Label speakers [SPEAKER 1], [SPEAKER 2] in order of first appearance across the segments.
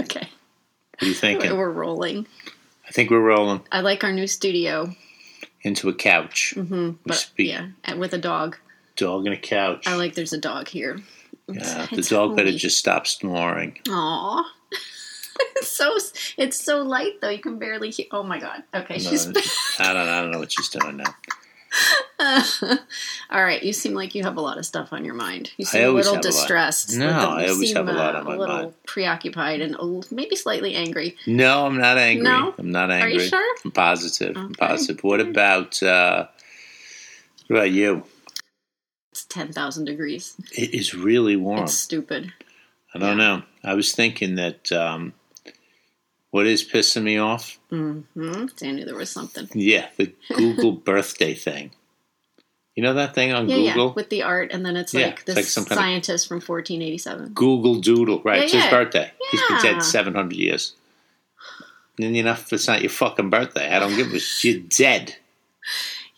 [SPEAKER 1] Okay.
[SPEAKER 2] What are you thinking?
[SPEAKER 1] We're rolling.
[SPEAKER 2] I think we're rolling
[SPEAKER 1] I like our new studio.
[SPEAKER 2] into a couch.
[SPEAKER 1] hmm But
[SPEAKER 2] speak.
[SPEAKER 1] yeah, and with a dog.
[SPEAKER 2] Dog and a couch.
[SPEAKER 1] I like there's a dog here.
[SPEAKER 2] yeah, the dog better just stop snoring.
[SPEAKER 1] Aw. it's so it's so light though. You can barely hear. Oh my god. Okay,
[SPEAKER 2] No,
[SPEAKER 1] she's.
[SPEAKER 2] it's- I don't. I don't know what she's doing now.
[SPEAKER 1] all right. You seem like you have a lot of stuff on your mind. You
[SPEAKER 2] I
[SPEAKER 1] seem a
[SPEAKER 2] always
[SPEAKER 1] little
[SPEAKER 2] have a lot.
[SPEAKER 1] distressed.
[SPEAKER 2] No,
[SPEAKER 1] Like,
[SPEAKER 2] I
[SPEAKER 1] you
[SPEAKER 2] always
[SPEAKER 1] seem,
[SPEAKER 2] have a lot
[SPEAKER 1] uh,
[SPEAKER 2] on my
[SPEAKER 1] A little
[SPEAKER 2] mind.
[SPEAKER 1] preoccupied and a l- maybe slightly angry.
[SPEAKER 2] No, I'm not angry.
[SPEAKER 1] No?
[SPEAKER 2] I'm not
[SPEAKER 1] Are
[SPEAKER 2] angry.
[SPEAKER 1] you sure?
[SPEAKER 2] I'm positive. I'm
[SPEAKER 1] Okay.
[SPEAKER 2] positive. What about uh, what about you?
[SPEAKER 1] It's ten thousand degrees.
[SPEAKER 2] It is really warm.
[SPEAKER 1] It's stupid.
[SPEAKER 2] I don't know. I was thinking that um, what is pissing me off?
[SPEAKER 1] Mm-hmm. I knew there was something.
[SPEAKER 2] Yeah, the Google birthday thing. You know that thing on
[SPEAKER 1] Yeah,
[SPEAKER 2] Google?
[SPEAKER 1] yeah, with the art, and then it's
[SPEAKER 2] Yeah,
[SPEAKER 1] like
[SPEAKER 2] it's
[SPEAKER 1] this
[SPEAKER 2] like some kind of-
[SPEAKER 1] scientist from 1487.
[SPEAKER 2] Google Doodle, right?
[SPEAKER 1] Yeah,
[SPEAKER 2] it's his
[SPEAKER 1] yeah.
[SPEAKER 2] birthday. He's been
[SPEAKER 1] Yeah.
[SPEAKER 2] dead 700 years. And you know, if it's not your fucking birthday, I don't give a shit. You're dead.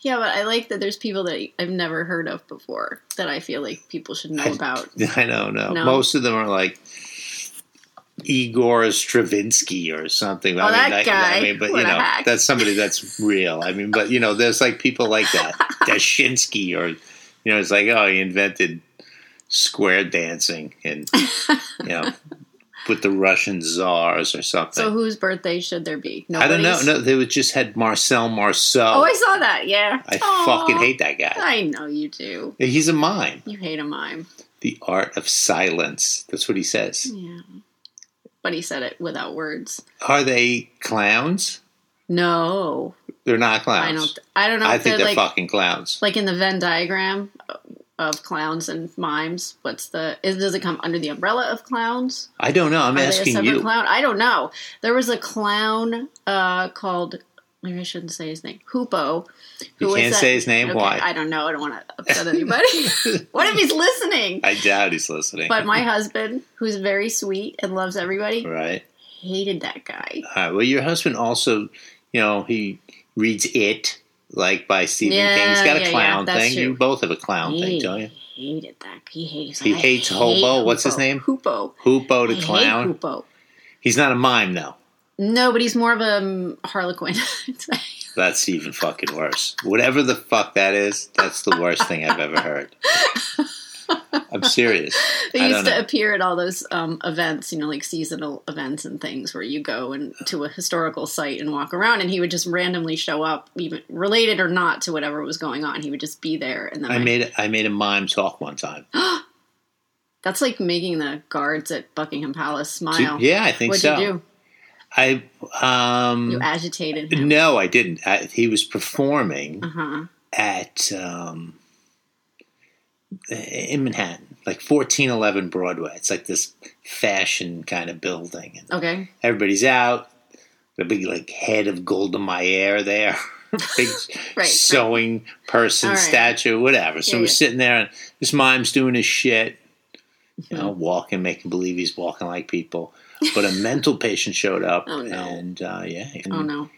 [SPEAKER 1] Yeah, but I like that there's people that I've never heard of before that I feel like people should know about.
[SPEAKER 2] I don't know.
[SPEAKER 1] No.
[SPEAKER 2] Most of them are like Igor Stravinsky or something.
[SPEAKER 1] Oh, that
[SPEAKER 2] like-
[SPEAKER 1] guy.
[SPEAKER 2] I mean, but
[SPEAKER 1] What
[SPEAKER 2] you
[SPEAKER 1] a
[SPEAKER 2] know,
[SPEAKER 1] hack.
[SPEAKER 2] that's somebody that's real. I mean, but you know, there's like people like that, Dashinsky, or you know, it's like, oh, he invented square dancing and you know, with the Russian czars or something.
[SPEAKER 1] So whose birthday should there be?
[SPEAKER 2] I don't know.
[SPEAKER 1] Nobody's?
[SPEAKER 2] No, uh, they would just had Marcel Marceau.
[SPEAKER 1] Oh, I saw that. Yeah.
[SPEAKER 2] I
[SPEAKER 1] Aw.
[SPEAKER 2] fucking hate that guy.
[SPEAKER 1] I know you do.
[SPEAKER 2] He's a mime.
[SPEAKER 1] You hate a mime.
[SPEAKER 2] The art of silence. That's what he says.
[SPEAKER 1] Yeah. But he said it without words.
[SPEAKER 2] Are they clowns?
[SPEAKER 1] No,
[SPEAKER 2] They're not clowns.
[SPEAKER 1] I don't. I don't know.
[SPEAKER 2] I
[SPEAKER 1] if they're
[SPEAKER 2] think
[SPEAKER 1] like
[SPEAKER 2] they're fucking clowns.
[SPEAKER 1] like in the Venn diagram of clowns and mimes. What's the? Is, does it come under the umbrella of clowns?
[SPEAKER 2] I don't know. I'm
[SPEAKER 1] Are they a
[SPEAKER 2] asking
[SPEAKER 1] separate
[SPEAKER 2] you.
[SPEAKER 1] clown? I don't know. There was a clown uh, called maybe I shouldn't say his name. Hoopo.
[SPEAKER 2] You
[SPEAKER 1] was
[SPEAKER 2] can't
[SPEAKER 1] that-
[SPEAKER 2] say his name?
[SPEAKER 1] Okay,
[SPEAKER 2] Why?
[SPEAKER 1] I don't know. I don't want to upset anybody. what if he's listening?
[SPEAKER 2] I doubt he's listening.
[SPEAKER 1] But my husband, who's very sweet and loves everybody,
[SPEAKER 2] right.
[SPEAKER 1] hated that guy.
[SPEAKER 2] All right. Well, your husband also, you know, he reads it like by Stephen
[SPEAKER 1] Yeah,
[SPEAKER 2] King. He's got a
[SPEAKER 1] yeah, yeah,
[SPEAKER 2] clown
[SPEAKER 1] that's
[SPEAKER 2] thing. You
[SPEAKER 1] true.
[SPEAKER 2] both have a clown thing,
[SPEAKER 1] He
[SPEAKER 2] don't you?
[SPEAKER 1] hated that. He hates.
[SPEAKER 2] He
[SPEAKER 1] I
[SPEAKER 2] hates
[SPEAKER 1] hate
[SPEAKER 2] Hobo. What's his
[SPEAKER 1] Hoopo.
[SPEAKER 2] name?
[SPEAKER 1] Hoopo.
[SPEAKER 2] Hoopo
[SPEAKER 1] I
[SPEAKER 2] the
[SPEAKER 1] hate
[SPEAKER 2] clown.
[SPEAKER 1] Hoopo.
[SPEAKER 2] He's not a mime though.
[SPEAKER 1] No, but he's more of a um, Harlequin.
[SPEAKER 2] That's even fucking worse. Whatever the fuck that is, that's the worst thing I've ever heard. I'm serious.
[SPEAKER 1] They
[SPEAKER 2] I
[SPEAKER 1] used
[SPEAKER 2] don't
[SPEAKER 1] to
[SPEAKER 2] know.
[SPEAKER 1] appear at all those um, events, you know, like seasonal events and things where you go and to a historical site and walk around, and he would just randomly show up, even related or not to whatever was going on. He would just be there, and then
[SPEAKER 2] I
[SPEAKER 1] my-
[SPEAKER 2] made I made a mime talk one time.
[SPEAKER 1] that's like making the guards at Buckingham Palace
[SPEAKER 2] Do-
[SPEAKER 1] smile.
[SPEAKER 2] yeah, I think
[SPEAKER 1] What'd
[SPEAKER 2] so.
[SPEAKER 1] you
[SPEAKER 2] I
[SPEAKER 1] do? You
[SPEAKER 2] um
[SPEAKER 1] agitated him.
[SPEAKER 2] no, I didn't. I, he was performing
[SPEAKER 1] Uh huh.
[SPEAKER 2] at um in Manhattan, like fourteen eleven Broadway. It's like this fashion kind of building, and
[SPEAKER 1] Okay.
[SPEAKER 2] everybody's out. The big like head of Golda Meir there, big
[SPEAKER 1] Right,
[SPEAKER 2] sewing person
[SPEAKER 1] All right.
[SPEAKER 2] statue, whatever. So
[SPEAKER 1] Yeah,
[SPEAKER 2] we're
[SPEAKER 1] yeah.
[SPEAKER 2] sitting there, and this mime's doing his shit, you
[SPEAKER 1] Mm-hmm.
[SPEAKER 2] know, walking, making believe he's walking like people. But a mental patient showed up,
[SPEAKER 1] Oh, no.
[SPEAKER 2] and uh, yeah, and
[SPEAKER 1] Oh no.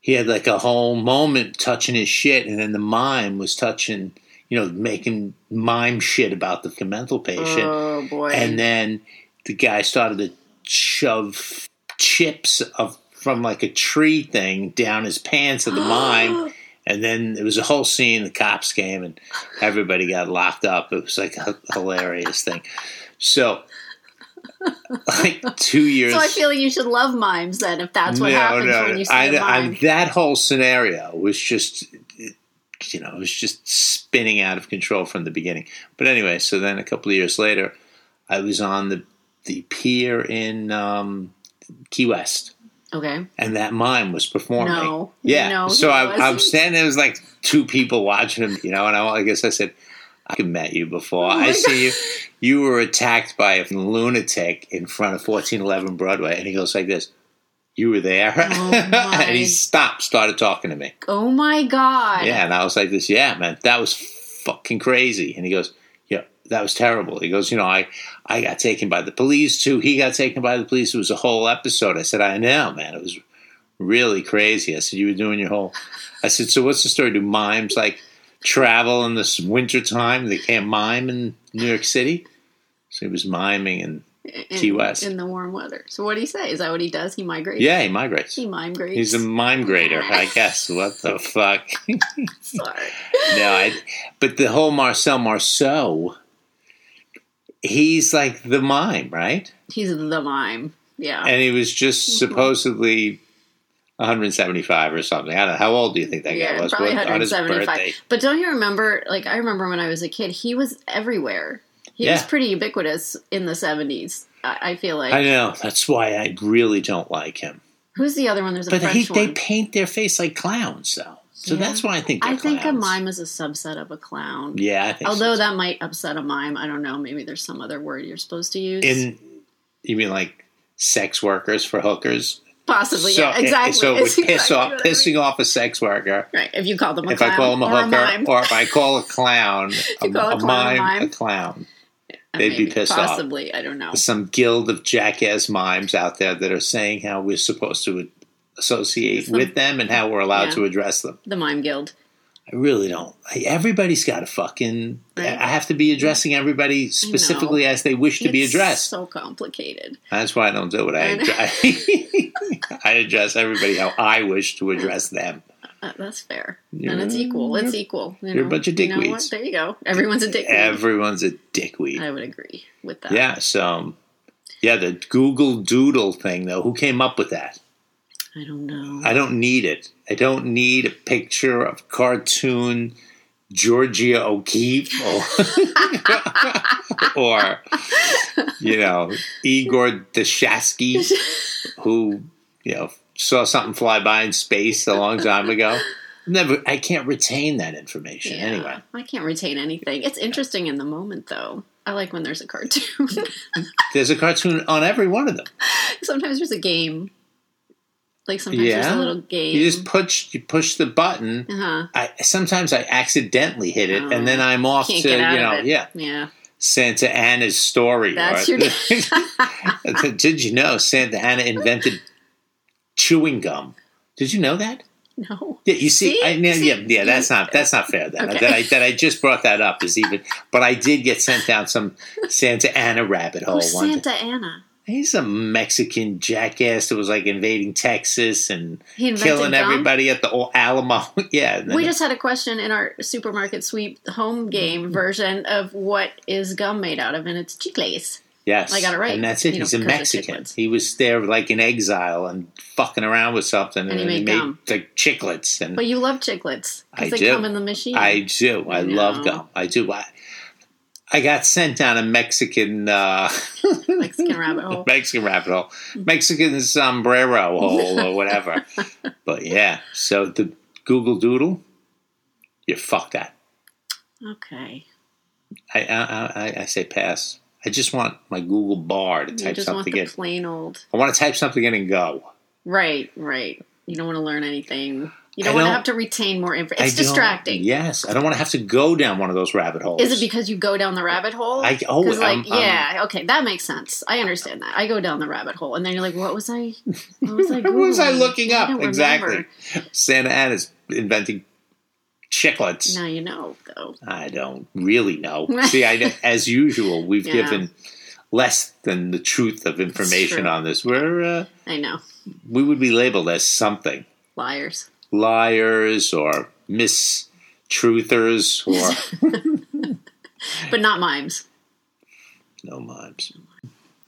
[SPEAKER 2] he had like a whole moment touching his shit, and then the mime was touching, you know, making mime shit about the mental patient.
[SPEAKER 1] Oh boy.
[SPEAKER 2] And then the guy started to shove chips of from like a tree thing down his pants at the mime. And then it was a whole scene. The cops came and everybody got locked up. It was like a hilarious thing. So, like two years.
[SPEAKER 1] so I feel like you should love mimes then, if that's what happens when you see
[SPEAKER 2] I,
[SPEAKER 1] a mime.
[SPEAKER 2] I, that whole scenario was just, you know, it was just spinning out of control from the beginning. But anyway, so then a couple of years later, I was on the the pier in um, Key West,
[SPEAKER 1] okay.
[SPEAKER 2] and that mime was performing.
[SPEAKER 1] No.
[SPEAKER 2] yeah.
[SPEAKER 1] No,
[SPEAKER 2] so
[SPEAKER 1] he
[SPEAKER 2] I, I'm
[SPEAKER 1] wasn't.
[SPEAKER 2] standing. There was like two people watching him, you know, and I, I guess I said. I met you before.
[SPEAKER 1] Oh my
[SPEAKER 2] I see you. You were attacked by a lunatic in front of 1411 Broadway, and he goes like this. You were there,
[SPEAKER 1] Oh, my.
[SPEAKER 2] and he stopped, started talking to me.
[SPEAKER 1] Oh my god.
[SPEAKER 2] Yeah, and I was like, "This, yeah, man, that was fucking crazy." And he goes, "Yeah, that was terrible." He goes, "You know, I, I got taken by the police too. He got taken by the police. It was a whole episode." I said, "I know, man. It was really crazy." I said, "You were doing your whole." I said, "So what's the story? Do mimes like travel in this winter time? They can't mime in New York City?" So he was miming and
[SPEAKER 1] in,
[SPEAKER 2] Key West.
[SPEAKER 1] in the warm weather. So what do you say? Is that what he does? He migrates.
[SPEAKER 2] yeah, he migrates.
[SPEAKER 1] he migrates.
[SPEAKER 2] He's a mime grader, I guess. What the fuck? no,
[SPEAKER 1] Sorry.
[SPEAKER 2] I, but the whole Marcel Marceau, he's like the mime, right?
[SPEAKER 1] He's the mime. Yeah,
[SPEAKER 2] And he was
[SPEAKER 1] Mm-hmm.
[SPEAKER 2] just supposedly 175 or something. I don't know. How old do you think that guy
[SPEAKER 1] yeah,
[SPEAKER 2] was?
[SPEAKER 1] probably
[SPEAKER 2] What- on his
[SPEAKER 1] 175.
[SPEAKER 2] birthday.
[SPEAKER 1] But don't you remember? Like I remember when I was a kid, he was everywhere. He was
[SPEAKER 2] Yeah.
[SPEAKER 1] pretty ubiquitous in the seventies. I, I feel like.
[SPEAKER 2] I know. That's why I really don't like him.
[SPEAKER 1] Who's the other one? There's a
[SPEAKER 2] But
[SPEAKER 1] French
[SPEAKER 2] he, they
[SPEAKER 1] one.
[SPEAKER 2] paint their face like clowns, though. So
[SPEAKER 1] Yeah.
[SPEAKER 2] that's why I think they're
[SPEAKER 1] I think a
[SPEAKER 2] clowns.
[SPEAKER 1] mime is a subset of a clown.
[SPEAKER 2] Yeah, I think so.
[SPEAKER 1] Although that might upset a mime. I don't know. Maybe there's some other word you're supposed to use.
[SPEAKER 2] in you mean like sex workers for hookers?
[SPEAKER 1] Possibly. yeah,
[SPEAKER 2] So-
[SPEAKER 1] exactly.
[SPEAKER 2] So it would
[SPEAKER 1] It's
[SPEAKER 2] piss
[SPEAKER 1] exactly
[SPEAKER 2] off,
[SPEAKER 1] what I mean.
[SPEAKER 2] pissing off a sex worker.
[SPEAKER 1] Right. If you call them a
[SPEAKER 2] if
[SPEAKER 1] clown
[SPEAKER 2] I call him a
[SPEAKER 1] or a
[SPEAKER 2] hooker,
[SPEAKER 1] mime,
[SPEAKER 2] or if I call a clown, a,
[SPEAKER 1] call a clown
[SPEAKER 2] a
[SPEAKER 1] a
[SPEAKER 2] mime, a
[SPEAKER 1] mime?
[SPEAKER 2] clown.
[SPEAKER 1] Uh,
[SPEAKER 2] they'd be
[SPEAKER 1] maybe,
[SPEAKER 2] pissed off.
[SPEAKER 1] possibly, I don't know.
[SPEAKER 2] There's some guild of jackass mimes out there that are saying how we're supposed to associate
[SPEAKER 1] Some-
[SPEAKER 2] with them and how we're allowed
[SPEAKER 1] Yeah.
[SPEAKER 2] to address them.
[SPEAKER 1] The mime guild.
[SPEAKER 2] I really don't. I- Everybody's got a fucking.
[SPEAKER 1] Right.
[SPEAKER 2] I have to be addressing everybody specifically as they wish to be
[SPEAKER 1] It's
[SPEAKER 2] addressed.
[SPEAKER 1] So complicated.
[SPEAKER 2] That's why I don't do it. I,
[SPEAKER 1] I know.
[SPEAKER 2] address, I address everybody how I wish to address them.
[SPEAKER 1] Uh, that's fair.
[SPEAKER 2] You're-
[SPEAKER 1] and it's equal. It's equal. You
[SPEAKER 2] you're a
[SPEAKER 1] know?
[SPEAKER 2] bunch of
[SPEAKER 1] You know what?
[SPEAKER 2] dickweeds.
[SPEAKER 1] There you go. Everyone's a dickweed.
[SPEAKER 2] Everyone's a dickweed.
[SPEAKER 1] I would agree with that.
[SPEAKER 2] Yeah, so yeah, the Google Doodle thing though, who came up with that?
[SPEAKER 1] I don't know.
[SPEAKER 2] I don't need it. I don't need a picture of cartoon Georgia O'Keeffe or, or you know, Igor Dashasky who, you know, saw something fly by in space a long time ago. Never I can't retain that information
[SPEAKER 1] Yeah.
[SPEAKER 2] anyway.
[SPEAKER 1] I can't retain anything. It's interesting in the moment, though. I like when there's a cartoon.
[SPEAKER 2] There's a cartoon on every one of them.
[SPEAKER 1] sometimes there's a game. Like sometimes there's
[SPEAKER 2] Yeah.
[SPEAKER 1] a little game.
[SPEAKER 2] You just push you push the button
[SPEAKER 1] uh-huh.
[SPEAKER 2] I sometimes I accidentally hit it,
[SPEAKER 1] Oh.
[SPEAKER 2] and then I'm off
[SPEAKER 1] Can't
[SPEAKER 2] to you
[SPEAKER 1] get out
[SPEAKER 2] know,
[SPEAKER 1] of it.
[SPEAKER 2] yeah,
[SPEAKER 1] Yeah.
[SPEAKER 2] Santa Anna's story.
[SPEAKER 1] That's
[SPEAKER 2] or-
[SPEAKER 1] your-
[SPEAKER 2] Did you know Santa Anna invented chewing gum? Did you know that?
[SPEAKER 1] No.
[SPEAKER 2] Yeah, you see,
[SPEAKER 1] See?
[SPEAKER 2] I, yeah,
[SPEAKER 1] See?
[SPEAKER 2] yeah, yeah, that's not that's not fair. That
[SPEAKER 1] Okay.
[SPEAKER 2] that, I, that I just brought that up is even, but I did get sent down some Santa Anna rabbit hole.
[SPEAKER 1] Who's
[SPEAKER 2] one
[SPEAKER 1] Santa Anna?
[SPEAKER 2] He's a Mexican jackass that was like invading Texas and
[SPEAKER 1] He invented
[SPEAKER 2] killing
[SPEAKER 1] gum?
[SPEAKER 2] everybody at the old Alamo. yeah, and then
[SPEAKER 1] We just had a question in our supermarket sweep home
[SPEAKER 2] Mm-hmm.
[SPEAKER 1] game version of what is gum made out of, and it's chicles.
[SPEAKER 2] Yes.
[SPEAKER 1] I got it right.
[SPEAKER 2] And that's it.
[SPEAKER 1] You
[SPEAKER 2] He's
[SPEAKER 1] know,
[SPEAKER 2] a
[SPEAKER 1] 'cause of
[SPEAKER 2] Mexican.
[SPEAKER 1] chiclets.
[SPEAKER 2] He was there like in exile and fucking around with something. And,
[SPEAKER 1] he
[SPEAKER 2] then
[SPEAKER 1] made gum.
[SPEAKER 2] the chiclets. And
[SPEAKER 1] But you love chiclets
[SPEAKER 2] I
[SPEAKER 1] because they
[SPEAKER 2] do.
[SPEAKER 1] come in the machine.
[SPEAKER 2] I do. I
[SPEAKER 1] No.
[SPEAKER 2] love gum. I do. I, I got sent down a Mexican uh,
[SPEAKER 1] Mexican rabbit hole.
[SPEAKER 2] Mexican rabbit hole,
[SPEAKER 1] Hmm.
[SPEAKER 2] Mexican sombrero hole or whatever. but yeah, so the Google Doodle, you fuck that.
[SPEAKER 1] Okay.
[SPEAKER 2] I I, I I say pass. I just want my Google Bar to
[SPEAKER 1] You
[SPEAKER 2] type
[SPEAKER 1] just want
[SPEAKER 2] something
[SPEAKER 1] the
[SPEAKER 2] in.
[SPEAKER 1] plain old.
[SPEAKER 2] I want to type something in and go.
[SPEAKER 1] Right, right. You don't want to learn anything. You
[SPEAKER 2] I
[SPEAKER 1] don't want to
[SPEAKER 2] don't-
[SPEAKER 1] have to retain more information.
[SPEAKER 2] I
[SPEAKER 1] It's
[SPEAKER 2] don't-
[SPEAKER 1] distracting.
[SPEAKER 2] Yes, I don't want to have to go down one of those rabbit holes.
[SPEAKER 1] Is it because you go down the rabbit hole?
[SPEAKER 2] I
[SPEAKER 1] Because
[SPEAKER 2] always
[SPEAKER 1] like
[SPEAKER 2] I'm- I'm-
[SPEAKER 1] yeah, okay, that makes sense. I understand that. I go down the rabbit hole, and then you're like, "What was I? What was I?
[SPEAKER 2] What was I
[SPEAKER 1] Googling?
[SPEAKER 2] looking
[SPEAKER 1] I
[SPEAKER 2] up
[SPEAKER 1] don't
[SPEAKER 2] exactly?
[SPEAKER 1] remember."
[SPEAKER 2] Santa Anna's inventing chiclets.
[SPEAKER 1] Now you know, though.
[SPEAKER 2] I don't really know. See, I, as usual, we've
[SPEAKER 1] Yeah.
[SPEAKER 2] given less than the truth of information
[SPEAKER 1] true.
[SPEAKER 2] on this. We're uh,
[SPEAKER 1] I know,
[SPEAKER 2] we would be labeled as something
[SPEAKER 1] liars.
[SPEAKER 2] liars or mistruthers or
[SPEAKER 1] But not mimes.
[SPEAKER 2] no mimes.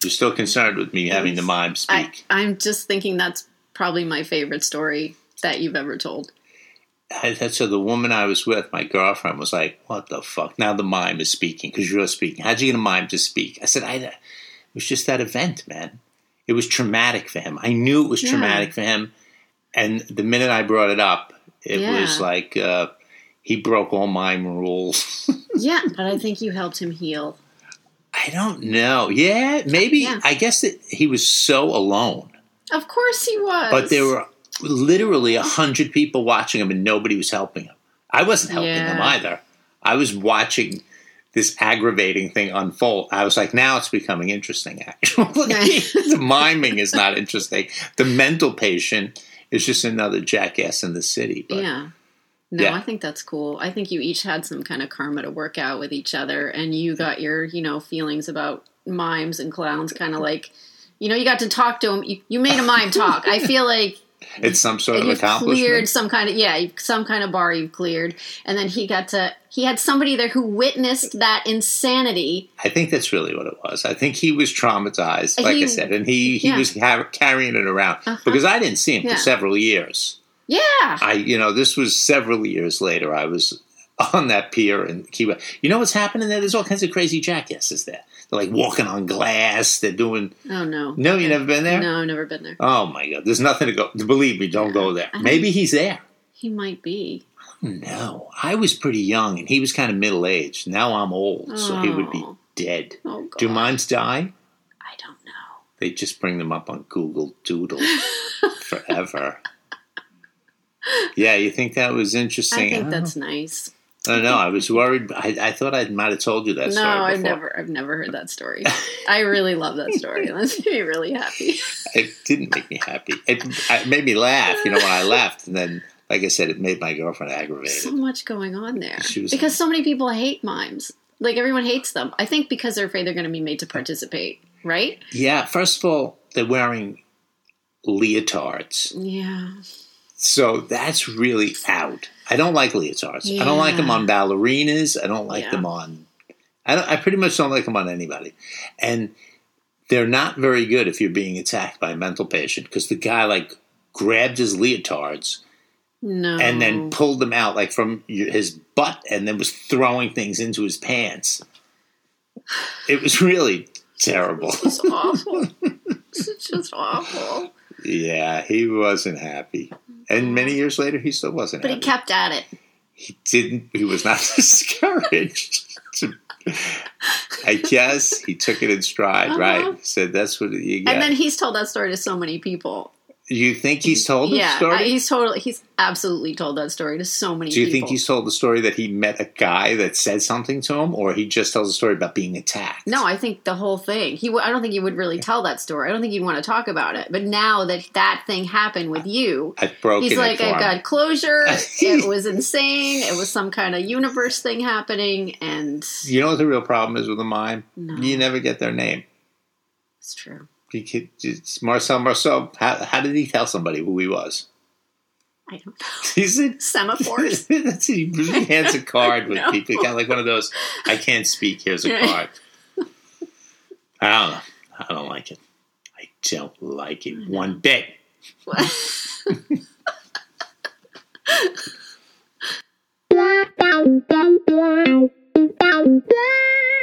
[SPEAKER 2] You're still concerned with me having the mime
[SPEAKER 1] I,
[SPEAKER 2] speak.
[SPEAKER 1] I'm just thinking that's probably my favorite story that you've ever told.
[SPEAKER 2] I, that's so the woman I was with, my girlfriend, was like, "What the fuck?" Now the mime is speaking because you're speaking. How'd you get a mime to speak? I said, "I it was just that event, man. It was traumatic for him. I knew it was
[SPEAKER 1] Yeah.
[SPEAKER 2] traumatic for him." And the minute I brought it up, it
[SPEAKER 1] Yeah.
[SPEAKER 2] was like uh, he broke all mime rules.
[SPEAKER 1] Yeah, but I think you helped him heal.
[SPEAKER 2] I don't know. Yeah, maybe.
[SPEAKER 1] Yeah.
[SPEAKER 2] I guess that he was so alone,
[SPEAKER 1] Of course he was.
[SPEAKER 2] but there were literally a hundred people watching him, and nobody was helping him. I wasn't helping him
[SPEAKER 1] Yeah.
[SPEAKER 2] either. I was watching this aggravating thing unfold. I was like, now it's becoming interesting. Actually, the miming is not interesting. The mental patient is just another jackass in the city. But
[SPEAKER 1] Yeah. No,
[SPEAKER 2] Yeah.
[SPEAKER 1] I think that's cool. I think you each had some kind of karma to work out with each other, and you got your, you know, feelings about mimes and clowns kind of like you know you got to talk to him you, you made a mime talk i feel like
[SPEAKER 2] It's some sort of
[SPEAKER 1] you've
[SPEAKER 2] accomplishment.
[SPEAKER 1] cleared some kind of yeah you've- some kind of bar you've cleared and then he got to he had somebody there who witnessed that insanity
[SPEAKER 2] I think that's really what it was. I think he was traumatized, like
[SPEAKER 1] He-
[SPEAKER 2] I said, and he, he
[SPEAKER 1] yeah. Uh-huh.
[SPEAKER 2] was ha- carrying it around because I didn't see him
[SPEAKER 1] Yeah.
[SPEAKER 2] for several years.
[SPEAKER 1] yeah
[SPEAKER 2] I, you know, this was several years later. I was on that pier in Key West. You know what's happening there? There's all kinds of crazy jackasses there. They're like walking on glass. They're doing.
[SPEAKER 1] oh no
[SPEAKER 2] No, you never been there.
[SPEAKER 1] no i've never been there
[SPEAKER 2] Oh my God! There's nothing to go. Believe me, don't go
[SPEAKER 1] Uh-huh.
[SPEAKER 2] there. Maybe he's there.
[SPEAKER 1] he might be
[SPEAKER 2] No, I was pretty young, and he was kind of middle aged. Now I'm old, so he would be
[SPEAKER 1] Oh.
[SPEAKER 2] dead.
[SPEAKER 1] oh god
[SPEAKER 2] Do mimes die?
[SPEAKER 1] i don't know
[SPEAKER 2] They just bring them up on Google Doodle forever. Yeah, you think that was interesting?
[SPEAKER 1] i think
[SPEAKER 2] Oh,
[SPEAKER 1] that's nice
[SPEAKER 2] I don't know. I was worried. I, I thought I might have told you that
[SPEAKER 1] no
[SPEAKER 2] story before.
[SPEAKER 1] i've never i've never heard that story i really love that story that made me really happy
[SPEAKER 2] It didn't make me happy. It, it made me laugh. You know, when I left, and then, like I said, it made my girlfriend
[SPEAKER 1] so
[SPEAKER 2] aggravated.
[SPEAKER 1] much going on there
[SPEAKER 2] She was-
[SPEAKER 1] because so many people hate mimes like everyone hates them i think because they're afraid they're going to be made to participate right
[SPEAKER 2] Yeah. First of all, they're wearing leotards.
[SPEAKER 1] yeah
[SPEAKER 2] So that's really out. I don't like leotards. I don't like them
[SPEAKER 1] Yeah.
[SPEAKER 2] on ballerinas. I don't like
[SPEAKER 1] Yeah.
[SPEAKER 2] them on. I, don't, I pretty much don't like them on anybody, and they're not very good if you're being attacked by a mental patient because the guy like grabbed his leotards
[SPEAKER 1] no
[SPEAKER 2] and then pulled them out like from y- his butt and then was throwing things into his pants. It was really terrible.
[SPEAKER 1] It's awful. it's just awful.
[SPEAKER 2] yeah, he wasn't happy, and many years later he still wasn't.
[SPEAKER 1] But he
[SPEAKER 2] happy.
[SPEAKER 1] kept at it.
[SPEAKER 2] he didn't he was not discouraged i guess he took it in stride
[SPEAKER 1] Uh-huh.
[SPEAKER 2] right said that's what you
[SPEAKER 1] And
[SPEAKER 2] get
[SPEAKER 1] then he's told that story to so many people.
[SPEAKER 2] you think he's told the
[SPEAKER 1] yeah,
[SPEAKER 2] story
[SPEAKER 1] I- he's totally, he's absolutely told that story to so many
[SPEAKER 2] do you
[SPEAKER 1] people.
[SPEAKER 2] think he's told the story that he met a guy that said something to him or he just tells a story about being attacked
[SPEAKER 1] No, I think the whole thing. He, w- I don't think he would really tell that story. I don't think he'd want to talk about it. But now that that thing happened with you,
[SPEAKER 2] i've broken
[SPEAKER 1] he's
[SPEAKER 2] it
[SPEAKER 1] like,
[SPEAKER 2] for
[SPEAKER 1] I've
[SPEAKER 2] him.
[SPEAKER 1] got closure. it was insane. It was some kind of universe thing happening, and
[SPEAKER 2] you know what the real problem is with a mime
[SPEAKER 1] No.
[SPEAKER 2] you never get their name
[SPEAKER 1] it's true.
[SPEAKER 2] You could- it's Marcel Marceau. How, how did he tell somebody who he was?
[SPEAKER 1] I don't know.
[SPEAKER 2] He said,
[SPEAKER 1] Semaphores.
[SPEAKER 2] That's- he really hands a card with
[SPEAKER 1] No.
[SPEAKER 2] people. Kind of like one of those, I can't speak, here's a
[SPEAKER 1] Yeah.
[SPEAKER 2] card. I don't know. I don't like it. I don't like it one bit.
[SPEAKER 3] Wow, wow, wow, wow, wow, wow.